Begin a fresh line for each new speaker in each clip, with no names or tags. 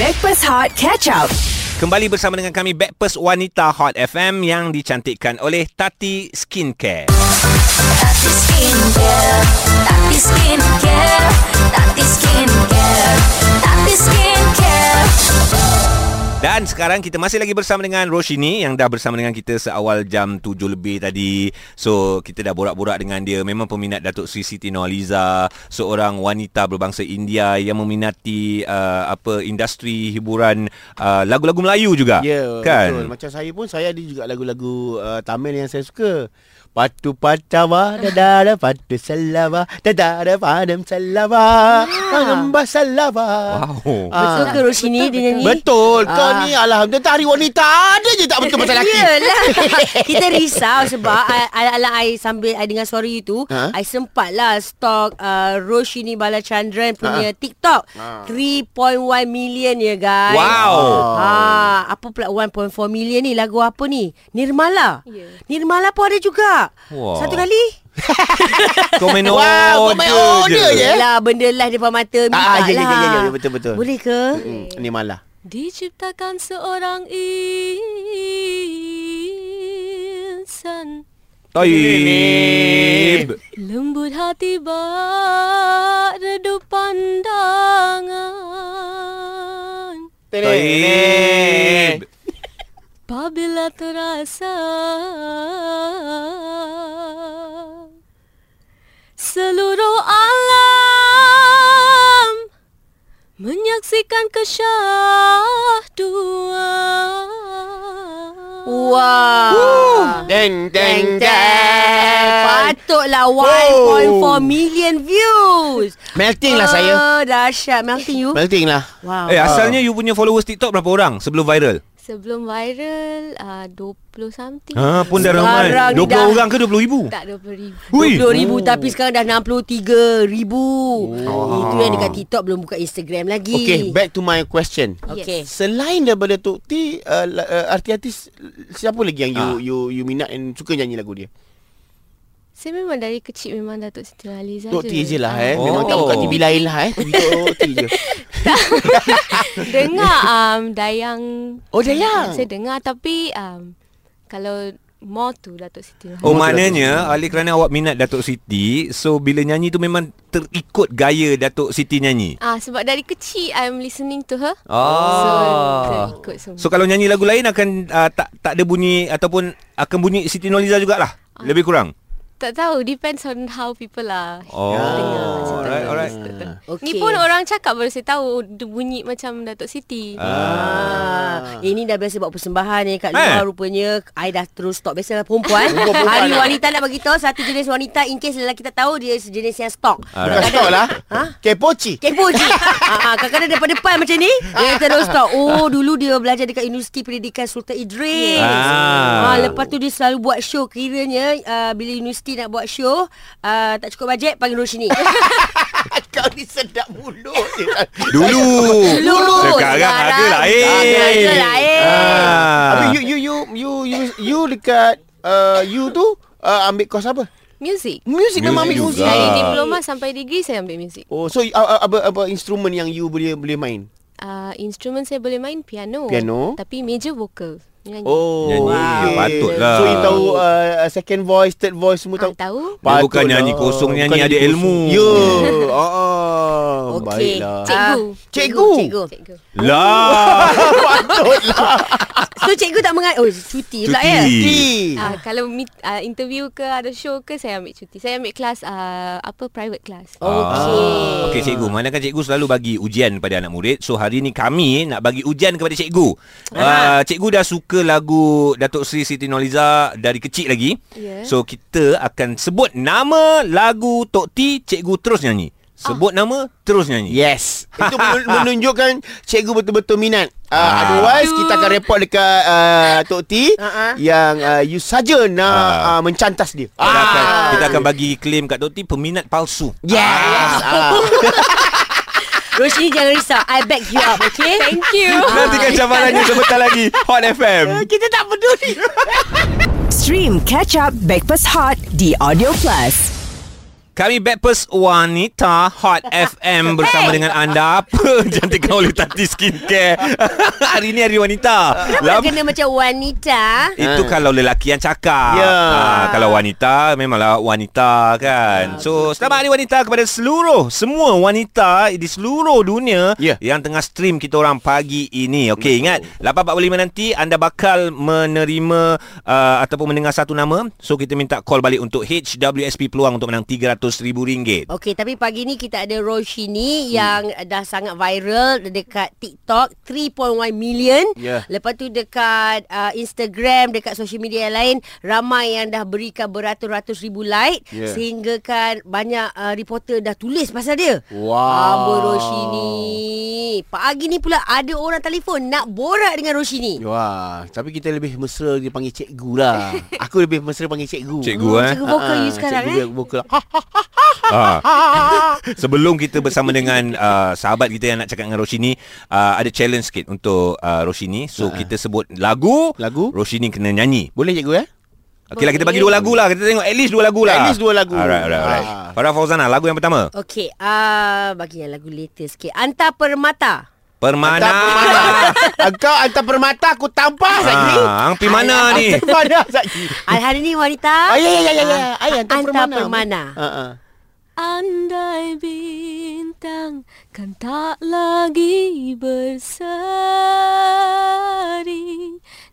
Backpass Hot Catch Up.
Kembali bersama dengan kami Backpers Wanita Hot FM yang dicantikkan oleh Tati Skincare.
Tati Skincare Tati Skincare Tati Skincare Tati Skincare
Dan sekarang kita masih lagi bersama dengan Roshini yang dah bersama dengan kita seawal jam 7 lebih tadi. So kita dah borak-borak dengan dia. Memang peminat Datuk Sri Siti Nurhaliza, seorang wanita berbangsa India yang meminati uh, apa industri hiburan uh, lagu-lagu Melayu juga.
Ya,
kan?
betul. Macam saya pun saya ada juga lagu-lagu uh, Tamil yang saya suka. Patu
Ah.
patawa dadada patu salava dadada padam salava pangamba salava.
Wow.
Ah. Betul ke Roshini dia nyanyi?
Ah. Betul. Kau
Ah. Ya.
ni alhamdulillah tak hari wanita ada je tak betul pasal lelaki.
Yelah Kita risau sebab I- Ala-ala I sambil I dengar suara you tu
Ha?
ha? I sempat lah Stalk uh, Roshini Balachandran punya
Ha?
TikTok
Ha.
3.1 million ya guys
Wow.
ha, Apa pula 1.4 million ni Lagu apa ni Nirmala
Ya.
Nirmala pun ada juga
Wow.
Satu kali
Kau main
Wow, kau main order je.
yeah.
ya.
Yelah benda live depan mata Minta
Ah, ah,
lah
ya, ya, ya, ya, ya, betul, betul.
Boleh ke
Hmm, ni malah.
Diciptakan seorang insan
Taib.
Lembut hati bak redup pandangan
Taib.
Apabila terasa Seluruh alam Menyaksikan kesyahduan
Oh. Wow
Deng deng deng.
Patutlah 1.4
Wow.
million views
Melting lah saya.
Ah, Dahsyat Melting you
Melting lah.
Wow
Eh asalnya
Ah.
you punya followers TikTok berapa orang sebelum viral?
Sebelum viral uh, 20 something
Ha pun dah ramai.
Sekarang
20
dah-
orang ke 20 ribu?
Tak 20 ribu
Hui.
20 ribu Tapi sekarang dah 63 ribu oh. Itu yang dekat TikTok Belum buka Instagram lagi
Okay, back to my question.
Okay
Eh. Selain daripada Tok T, uh, la- uh, artis-artis siapa lagi yang you,
Ah.
you you minat and suka nyanyi lagu dia?
Saya memang dari kecil memang Datuk Siti Ah. Nurhaliza
Tok T je lah eh.
Oh.
Memang tak buka TV lain lah eh. TV Tok T je.
Dengar um, Dayang
Oh, Dayang.
Saya dengar tapi um, Kalau More tu Datuk Siti Nurhaliza
Oh maknanya oleh kerana awak minat Datuk Siti So bila nyanyi tu memang terikut gaya Datuk Siti nyanyi
Ah sebab dari kecil I'm listening to her. So
Ah.
terikut semua.
So kalau nyanyi lagu lain akan uh, tak tak ada bunyi Ataupun akan bunyi Siti Nurhaliza jugalah
Ah.
Lebih kurang
tak tahu depends on how people lah.
Oh
dengar macam
Alright
tu.
alright
Okay
Ni pun orang cakap baru saya tahu dia bunyi macam Datuk Siti.
Ah. Eh, Ini dah biasa buat persembahan ni Kat luar
Eh.
rupanya I dah terus stop Biasalah perempuan
Perempuan
Hari
lah.
wanita nak beritahu Satu jenis wanita In case lelaki tak tahu Dia sejenis yang stok
Alright.
Bukan stop lah.
Ha?
Kepoci.
Kepo je ha, ha, Kadang-kadang depan-depan macam ni Dia kata don't stop Oh dulu dia belajar Dekat Universiti Pendidikan Sultan Idris ah.
Ah.
ha, Lepas tu dia selalu buat show Kiranya uh, Bila universiti nak buat show uh, Tak cukup bajet Panggil Roshini
Kau ni sedap mulut je.
Dulu
Dulu.
Sekarang ada lah, eh.
Sekarang
lain
ada lain.
Ah.
Eh. Habis you, you, you, you, you, you dekat uh, you tu uh, ambil kos apa?
Music.
Music memang ambil
Music
music. Ah.
juga.
Dari diploma sampai degree saya ambil music.
Oh, so uh, uh, apa, apa instrumen yang you boleh boleh main?
Uh, instrumen saya boleh main piano.
Piano.
Tapi major vokal. Nyanyi.
Oh,
Nyanyi. Patutlah.
So you tahu uh, second voice, third voice semua
Ah,
tahu.
tahu.
Dia bukan nyanyi kosong, nyanyi ada ilmu.
Ya. Ah, ah,
Okey.
baiklah.
Ah,
Cikgu.
Cikgu
Cikgu.
Lah
So cikgu tak mengat Oh cuti pula ya
Cuti.
Eh.
Uh, kalau meet, uh, interview ke ada show ke saya ambil cuti. Saya ambil kelas uh, apa private class.
Ah. Oh.
Okey. Okey cikgu, manakan cikgu selalu bagi ujian pada anak murid. So hari ni kami nak bagi ujian kepada cikgu. Ah. Uh, cikgu dah suka lagu Datuk Sri Siti Nurhaliza dari kecil lagi.
Ya.
So kita akan sebut nama lagu Tok T, cikgu terus nyanyi. Sebut nama terus nyanyi.
Ah. Yes. Itu menun- menunjukkan cikgu betul-betul minat. Uh,
Ah.
Otherwise kita akan report dekat uh, Tok T
Ah, ah.
yang uh, you saja nak
Ah.
uh, mencantas dia.
Kita akan, kita akan bagi claim kat Tok T peminat palsu.
Ah. Yes. Ah.
Roshini jangan risau I back you up okay Ah, Thank you
Nantikan cabarannya sebentar lagi Hot FM.
Kita tak peduli
Stream Catch Up Backpass Hot di Audio Plus.
Kami Backpast Wanita Hot FM bersama hey. dengan anda. Apa jantikan oleh Tati Skincare. hari ni hari wanita.
Kenapa kena macam wanita?
Itu kalau lelaki yang cakap.
Ah. Ya.
Ah, kalau wanita memanglah
Ya,
wanita kan. So selamat hari wanita kepada seluruh semua wanita di seluruh dunia
Ya.
yang tengah stream kita orang pagi ini. Okey ingat 8.45 nanti anda bakal menerima uh, ataupun mendengar satu nama. So kita minta call balik untuk HWSP peluang untuk menang RM300,000.
Okey, tapi pagi ni kita ada Roshini hmm. yang dah sangat viral dekat TikTok 3.1 million.
Ya.
Lepas tu dekat uh, Instagram, dekat social media yang lain ramai yang dah berikan beratus-ratus ribu like
Ya.
sehingga kan banyak uh, reporter dah tulis pasal dia.
Wow.
Amboi Roshini. Pagi ni pula ada orang telefon nak borak dengan Roshini.
Wah, tapi kita lebih mesra dia panggil cikgu lah. Aku lebih mesra panggil cikgu.
Cikgu
Oh,
eh.
cikgu vokal
Ah,
you sekarang
cikgu
eh.
Cikgu vokal. Ha,
Ah. Sebelum kita bersama dengan uh, sahabat kita yang nak cakap dengan Roshini, uh, ada challenge sikit untuk uh, Roshini. So uh. kita sebut lagu,
Ha. Lagu.
Roshini kena nyanyi.
Boleh cikgu eh?
Okey lah kita bagi dua lagu lah. Kita tengok at least dua lagu lah.
At least dua lagu.
Alright, alright, alright.
Ah.
Farah Fauzana, lagu yang pertama.
Okey, uh, bagi yang lagu latest sikit. Anta Permata.
Permana.
Tak permata. Kau hantar permata aku tampar lagi.
Ah, Ang pi mana ni?
Mana lagi?
Hari ni wanita.
Ayah, ayah, ayah, ayah.
Ah.
Ayah, hantar
Hantar
ya. permana.
permana.
Ah, ah.
Andai bintang kan tak lagi berseri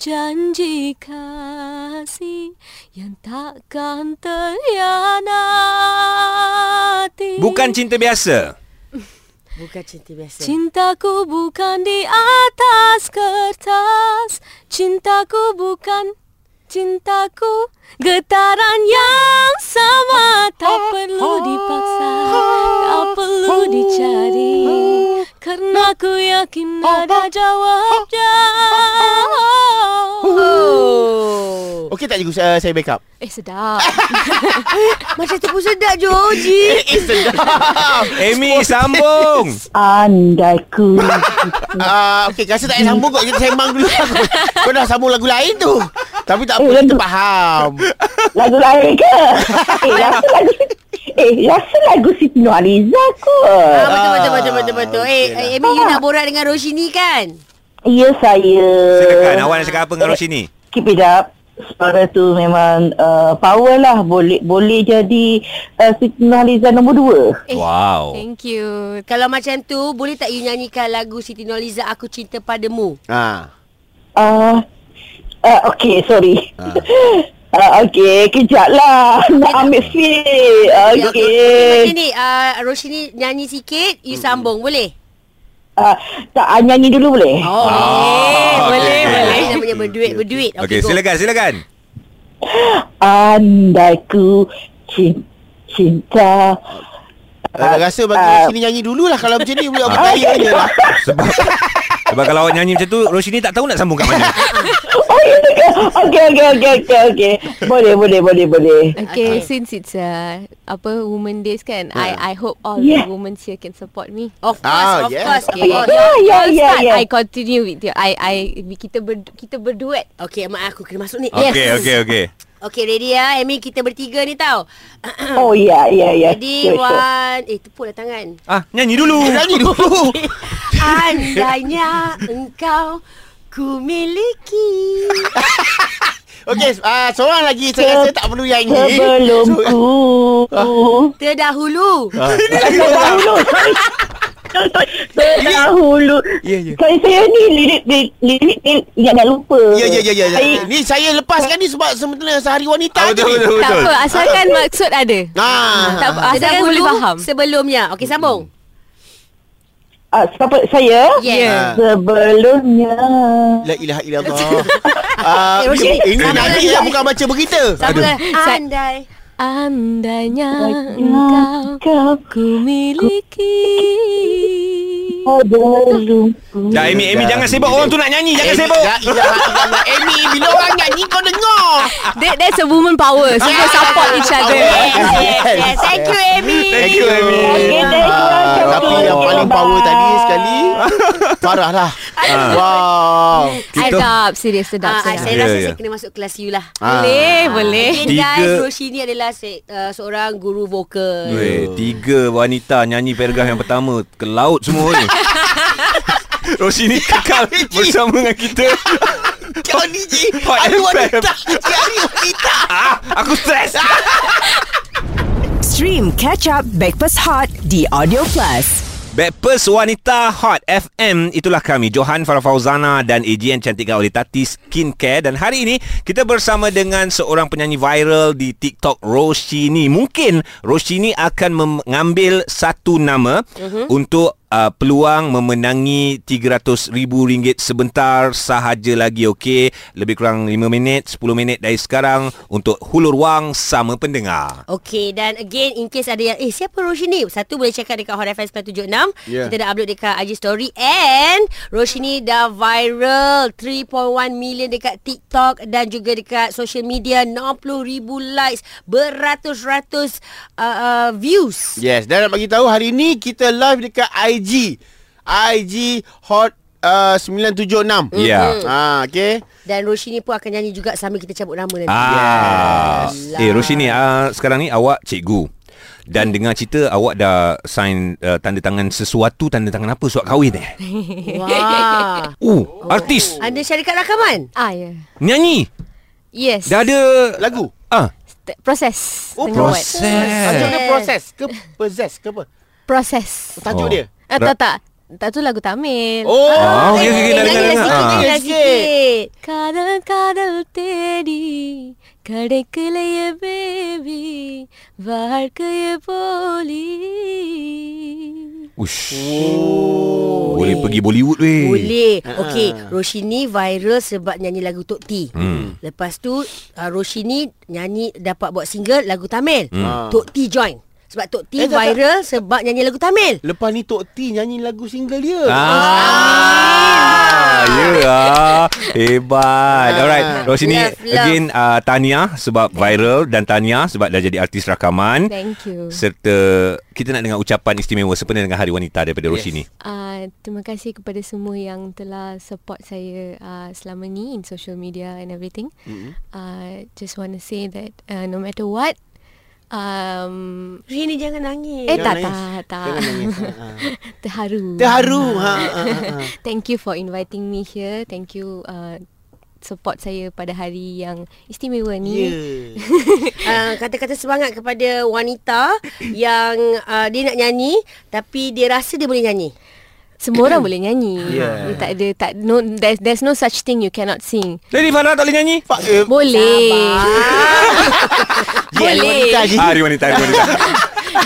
Janji kasih yang takkan terhianati
Bukan cinta biasa.
Bukan cinta biasa.
Cintaku bukan di atas kertas Cintaku bukan Cintaku getaran yang sama Tak perlu dipaksa Tak perlu dicari Karena ku yakin ada jawabnya
Oh.
Okey tak cikgu saya, saya backup.
Eh sedap
Macam tu pun sedap Joji.
Eh sedap.
Amy sambung.
Andai ku
Ah, okey rasa tak payah sambung kot kita sembang dulu lah kot. Kau dah sambung lagu lain tu. Tapi tak apa
Eh,
kita
lagu-
faham.
Lagu lain ke? Eh rasa lagu Eh rasa lagu Siti Nurhaliza
Ah,
kot
betul, betul, betul, betul, betul. Eh,
Okey lah.
eh, Amy, you nak borak dengan Roshini kan?
Ya saya
Silakan awak nak cakap apa dengan Roshini?
Keep it up Suara tu memang uh, power lah Boleh boleh jadi uh, Siti Nurhaliza nombor dua
Eh,
Wow.
Thank you
Kalau macam tu, boleh tak you nyanyikan lagu Siti Nurhaliza Aku Cinta Padamu?
Ah.
uh, uh, Okay sorry
Ah.
Uh, okay, kejap lah. Nak ambil fit.
Ya, Macam
Okay.
ni, uh, Roshini nyanyi sikit, you sambung, boleh?
Uh, tak, ah, nyanyi dulu boleh?
Oh, boleh,
Ah,
boleh,
okey.
boleh. Namanya berduit, berduit.
Okey,
go.
silakan, silakan.
Andai ku cin- cinta
Oh.
Uh, rasa bagi
ah.
sini nyanyi dululah kalau macam ni boleh apa kaya je lah.
Sebab sebab kalau awak nyanyi macam tu, Roshini tak tahu nak sambung kat mana.
Oh ya ke? Okey okey okey okey okey. Boleh boleh boleh boleh.
Okay, since it's uh, apa Women Days kan, I I hope all the
Yeah.
women here can support me.
Of course, of
Ah, yes,
course.
of
Okay,
Ya
okay.
ya ya
Start,
ya.
I continue with you. I I kita ber, kita berduet.
okay, mak aku kena masuk ni.
Okey, okey, okey.
Okay, ready ya. Amy, kita bertiga ni tau.
Oh ya ya ya.
Ready, one. Eh, tepuklah tangan.
Ah, nyanyi dulu.
Nyanyi dulu.
Andainya engkau ku miliki.
Okey, ah, seorang lagi saya rasa tak perlu nyanyi.
Sebelum ku
Ah.
Terdahulu.
Ah.
Terdahulu sorry. Terdahulu
Ya, ya.
Saya saya ni lirik lirik- lirik ni Ingat nak lupa
Ya, ya, ya, ya.
Saya-
Ni saya lepaskan ni sebab sementara sehari wanita
Ah,
je ni.
Tak apa, asalkan maksud ada.
Ah.
Tak apa, asalkan boleh faham.
Sebelumnya. Okey, sambung.
ah, Siapa saya
Ya.
Yeah.
Sebelumnya
La ilaha illallah. Ah,
Eh, Roshni,
ini ini
sama
nyanyi
lagi.
lah bukan baca berita.
Sambung. lah.
Sa-
Andai.
Andainya
Ingat
engkau
Kau
ku miliki.
Oh. sebelum ku
Dah Amy, Amy jangan sibuk orang tu nak nyanyi, jangan
Amy,
sibuk.
La ilaha illallah. Amy, bila orang nyanyi kau dengar.
That, that's a woman power. Semua support each other. Eh?
Yes, yes, yes. Thank you, Amy.
Thank you Amy.
Okay, thank you.
Ah,
Thank
tapi
you.
yang paling
Bye-bye.
power tadi sekali Farah lah Wow.
Kita-
Sedap, serius sedap.
Ah,
sedap.
saya
Ya,
rasa
ya.
saya kena masuk kelas you lah.
Ah.
Boleh, Eh, boleh.
Okay, guys,
Tiga-
Roshi ni adalah se- uh, seorang guru vokal.
Weh, tiga wanita nyanyi paragraf yang pertama ke laut semua ni. Roshini kekal bersama dengan kita.
Kau ni je.
Hot
Aku
FM.
wanita. Cari wanita.
Ah, aku stres.
Stream Catch Up Backpass Hot di Audio Plus.
Backpers Wanita Hot FM Itulah kami Johan Farah Fauzana Dan AGN Cantika oleh Tati Skincare Dan hari ini Kita bersama dengan Seorang penyanyi viral Di TikTok Roshini Mungkin Roshini akan mengambil Satu nama uh-huh. Untuk uh, peluang memenangi RM300,000 sebentar sahaja lagi okey lebih kurang 5 minit 10 minit dari sekarang untuk hulur wang sama pendengar
Okay dan again in case ada yang eh siapa Roshini? Satu boleh check out dekat Hot FM 976.
Yeah.
Kita dah upload dekat IG story and Roshini dah viral 3.1 million dekat TikTok dan juga dekat social media 60,000 likes, beratus-ratus uh, uh, views.
Yes, dan nak bagi tahu hari ni kita live dekat IG. IG Hot uh, 976.
Ya.
Ah, okay.
Dan Roshini pun akan nyanyi juga sambil kita cabut nama nanti.
Ah.
Yes.
Eh Roshini uh, sekarang ni awak cikgu. Dan dengar cerita awak dah sign uh, tanda tangan sesuatu tanda tangan apa surat kahwin eh.
Wah.
Uh, artis,
Anda syarikat rakaman?
Ah, ya.
nyanyi.
Yes.
Dah ada
Lagu.
ah
St- proses.
Oh,
Tengah buat.
Tajuk
proses.
dia proses ke possess ke apa?
Proses.
Tajuk
Oh.
dia.
Ah, tak, tak. Tak tu lagu Tamil.
Oh.
Ah, okey, okey, okey, dah dengar,
Nyanyi
dengar.
Eh, sikit,
Ah.
nyanyi sikit.
காதல் காதல் தேடி கிடைக்கலைய பேபி வாழ்க்கைய போலி
Ush. Boleh pergi Bollywood weh.
Boleh.
Ha.
Okey, Roshini viral sebab nyanyi lagu Tok T. Hmm. Lepas tu uh, Roshini nyanyi dapat buat single lagu Tamil. Hmm.
Ah.
Tok T join. Sebab Tok T
Eh,
eh,
tak, tak.
viral sebab nyanyi lagu Tamil.
Lepas ni Tok T nyanyi lagu single dia.
Ah, ya ah. Hebat. Alright, Roshini
Love, love.
again uh, Tania sebab viral dan Tania sebab dah jadi artis rakaman.
Thank you.
serta kita nak dengar ucapan istimewa sempena dengan Hari Wanita daripada yes. Roshini.
Uh, terima kasih kepada semua yang telah support saya uh, selama ni in social media and everything. Mm-hmm. Uh, just want to say that uh, no matter what, um,
Roshini jangan nangis.
eh
Jangan
tak tak tak,
Jangan nangis. Ah, ah.
terharu.
Terharu. Ha, ha, ha.
Thank you for inviting me here. Thank you uh, support saya pada hari yang istimewa ni.
Yeah.
Uh, kata-kata semangat kepada wanita yang uh, dia nak nyanyi tapi dia rasa dia boleh nyanyi.
Semua orang boleh nyanyi.
Yeah.
Dia tak ada tak no there's, there's no such thing you cannot sing.
Lady Farah tak boleh nyanyi?
Pak, eh,
Boleh. Boleh.
wanita je.
Hari Wanita, Hari Wanita.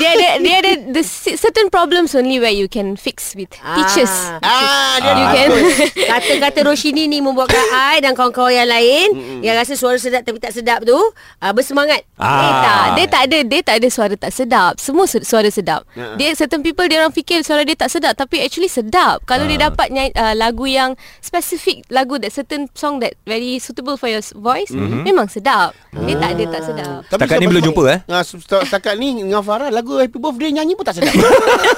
dia ada dia ada the c- certain problems only where you can fix with ah. teachers.
Ah, dia
You
ah.
can
Kata-kata Roshini ni membuatkan I dan kawan-kawan yang lain mm yang rasa suara sedap tapi tak sedap tu uh, bersemangat.
Ah.
Dia tak Dia tak ada Dia tak ada suara tak sedap Semua su- suara sedap
Ya.
Dia certain people Dia orang fikir suara dia tak sedap Tapi actually sedap Kalau dia dapat nyai, uh, Lagu yang Specific lagu That certain song That very suitable for your s- voice mm-hmm. Memang sedap Dia tak ada tak sedap
Setakat ni
sebab-
belum jumpa, eh?
Ah, se- se- setakat ni dengan Farah lagu Happy Birthday nyanyi pun tak sedap.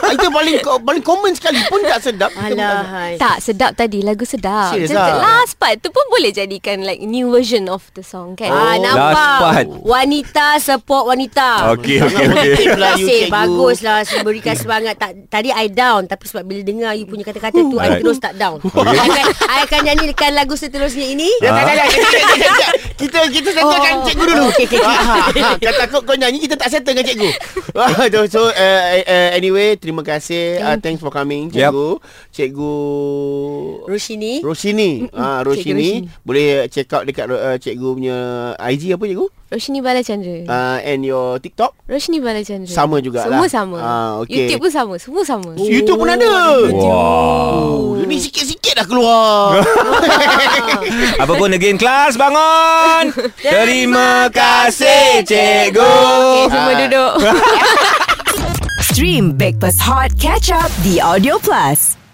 Ah, Itu paling ko- paling common sekali pun tak sedap. Kita pun tak sedap.
Alah.
tak sedap tadi Lagu sedap
Serious
Just the
ah?
Last part tu pun boleh jadikan Like new version of the song kan
Ah,
Oh.
nampak.
Last part.
Wanita support wanita.
Okey, okey, okey.
Terima kasih.
You cikgu.
Baguslah berikan semangat. Tak, tadi I down tapi sebab bila dengar you punya kata-kata tu I
Alright. Ya.
terus tak down.
Okay.
I, akan, I akan nyanyikan lagu seterusnya ini.
Dah, dah, dah, dah. Kejap, kejap, kejap, kejap. Kita kita settlekan
Oh.
cikgu dulu.
Okey, okey, okey.
Ah, ah, ah. Kau takut kau nyanyi kita tak settle dengan cikgu. Ah, so, so uh, uh, anyway, terima kasih. Uh, thanks for coming
Yep.
cikgu. Cikgu
Roshini.
Roshini. Ah Roshini. Boleh check out dekat uh, cikgu punya IG apa cikgu?
Roshni Balachandra
Uh, and your TikTok.
Roshni Balachandra
Sama jugalah.
Semua sama
Ah, okey.
YouTube pun sama Semua sama
Oh. YouTube pun ada.
Wow.
Oh, ni sikit-sikit dah keluar.
Apa pun again kelas bangun. Terima kasih cikgu.
Semua duduk
Stream Backpass Hot Catch Up di Audio Plus.